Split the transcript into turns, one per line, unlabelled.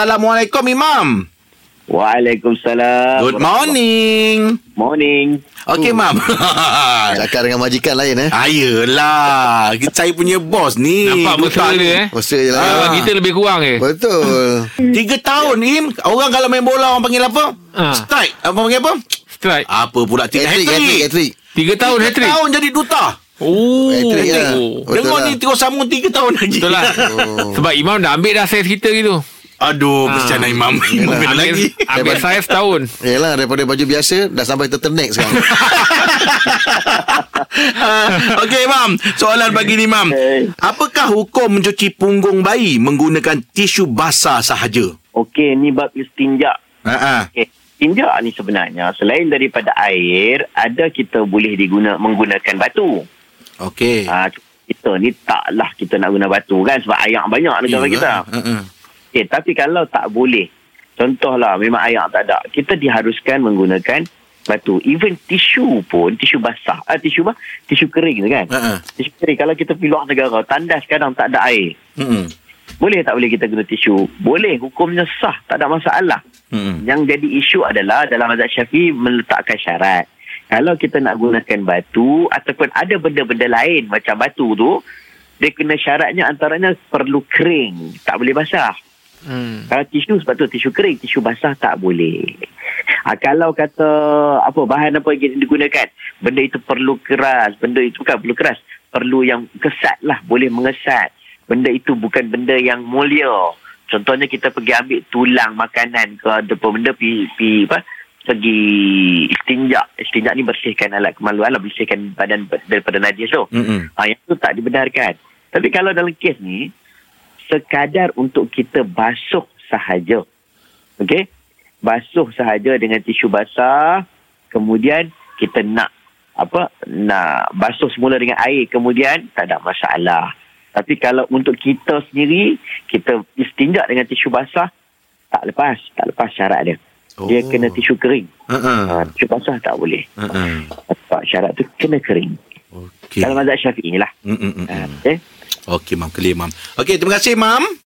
Assalamualaikum Imam.
Waalaikumsalam.
Good morning.
Morning.
Okey, Mam.
Ah, Cakap dengan majikan lain
Ah.
eh.
Ayolah, saya punya bos ni. Ah.
Nampak mesra dia eh.
Mesra je lah.
Kawan kita lebih kurang eh.
Betul.
Tiga tahun, Im. Orang kalau main bola, orang panggil apa?
Ah.
Strike. Apa panggil apa?
Strike.
Apa pula? Tiga
Hat-trick, hat-trick,
hat-trick.
hat-trick.
Tiga tahun
Tiga
hat-trick.
tahun ya. jadi duta.
Oh.
Hat-trick lah. Betul
Dengar
lah.
ni terus sambung tiga tahun lagi.
Betul lah. Sebab Imam dah ambil dah saiz kita gitu.
Aduh,
Ah.
kesian lah Imam. Imam bela lagi.
Ambil, ambil saiz tahun.
Yelah daripada baju biasa dah sampai turtleneck sekarang.
Ah, Okey, Mam. Soalan bagi ni, Mam.
Okey.
Apakah hukum mencuci punggung bayi menggunakan tisu basah sahaja?
Okey, ni bab istinja.
Ha ah.
Okey. Istinja ni sebenarnya selain daripada air, ada kita boleh diguna menggunakan batu.
Okey.
Ha, kita ni taklah kita nak guna batu kan sebab air banyak negara
Yelah.
kita.
Ha, ha.
Okey, tapi kalau tak boleh. Contohlah memang air tak ada, kita diharuskan menggunakan batu. Even tisu pun, tisu basah, ah, tisu bah, tisu kering tu kan.
Ha, ha.
Tisu kering kalau kita pergi luar negara, tandas kadang tak ada air.
Mm-mm.
Boleh tak boleh kita guna tisu? Boleh, hukumnya sah, tak ada masalah.
Mm-mm.
Yang jadi isu adalah dalam mazhab Syafi'i meletakkan syarat. Kalau kita nak gunakan batu ataupun ada benda-benda lain macam batu tu, dia kena syaratnya antaranya perlu kering, tak boleh basah.
Hmm.
Kalau tisu sebab tu tisu kering, tisu basah tak boleh. Ha, kalau kata apa bahan apa yang digunakan, benda itu perlu keras, benda itu bukan perlu keras, perlu yang kesat lah, boleh mengesat. Benda itu bukan benda yang mulia. Contohnya kita pergi ambil tulang makanan ke ada apa benda pi, pi apa pergi istinja. Istinja ni bersihkan alat kemaluan lah, bersihkan badan daripada najis tu.
Mm-mm.
Ha, yang tu tak dibenarkan. Tapi kalau dalam kes ni, sekadar untuk kita basuh sahaja. Okey? Basuh sahaja dengan tisu basah, kemudian kita nak apa nak basuh semula dengan air kemudian tak ada masalah. Tapi kalau untuk kita sendiri, kita istinjak dengan tisu basah, tak lepas, tak lepas syarat dia. Dia
Oh.
kena tisu kering.
Ha, ha.
Ha, tisu basah tak boleh.
Ha, ha.
Sebab syarat tu kena kering.
Okey. Ya.
Dalam mazhab Syafi'i ni lah.
Mm-mm.
Ha, okay?
Okey, Mam. Clear, Mam. Okey, terima kasih, Mam.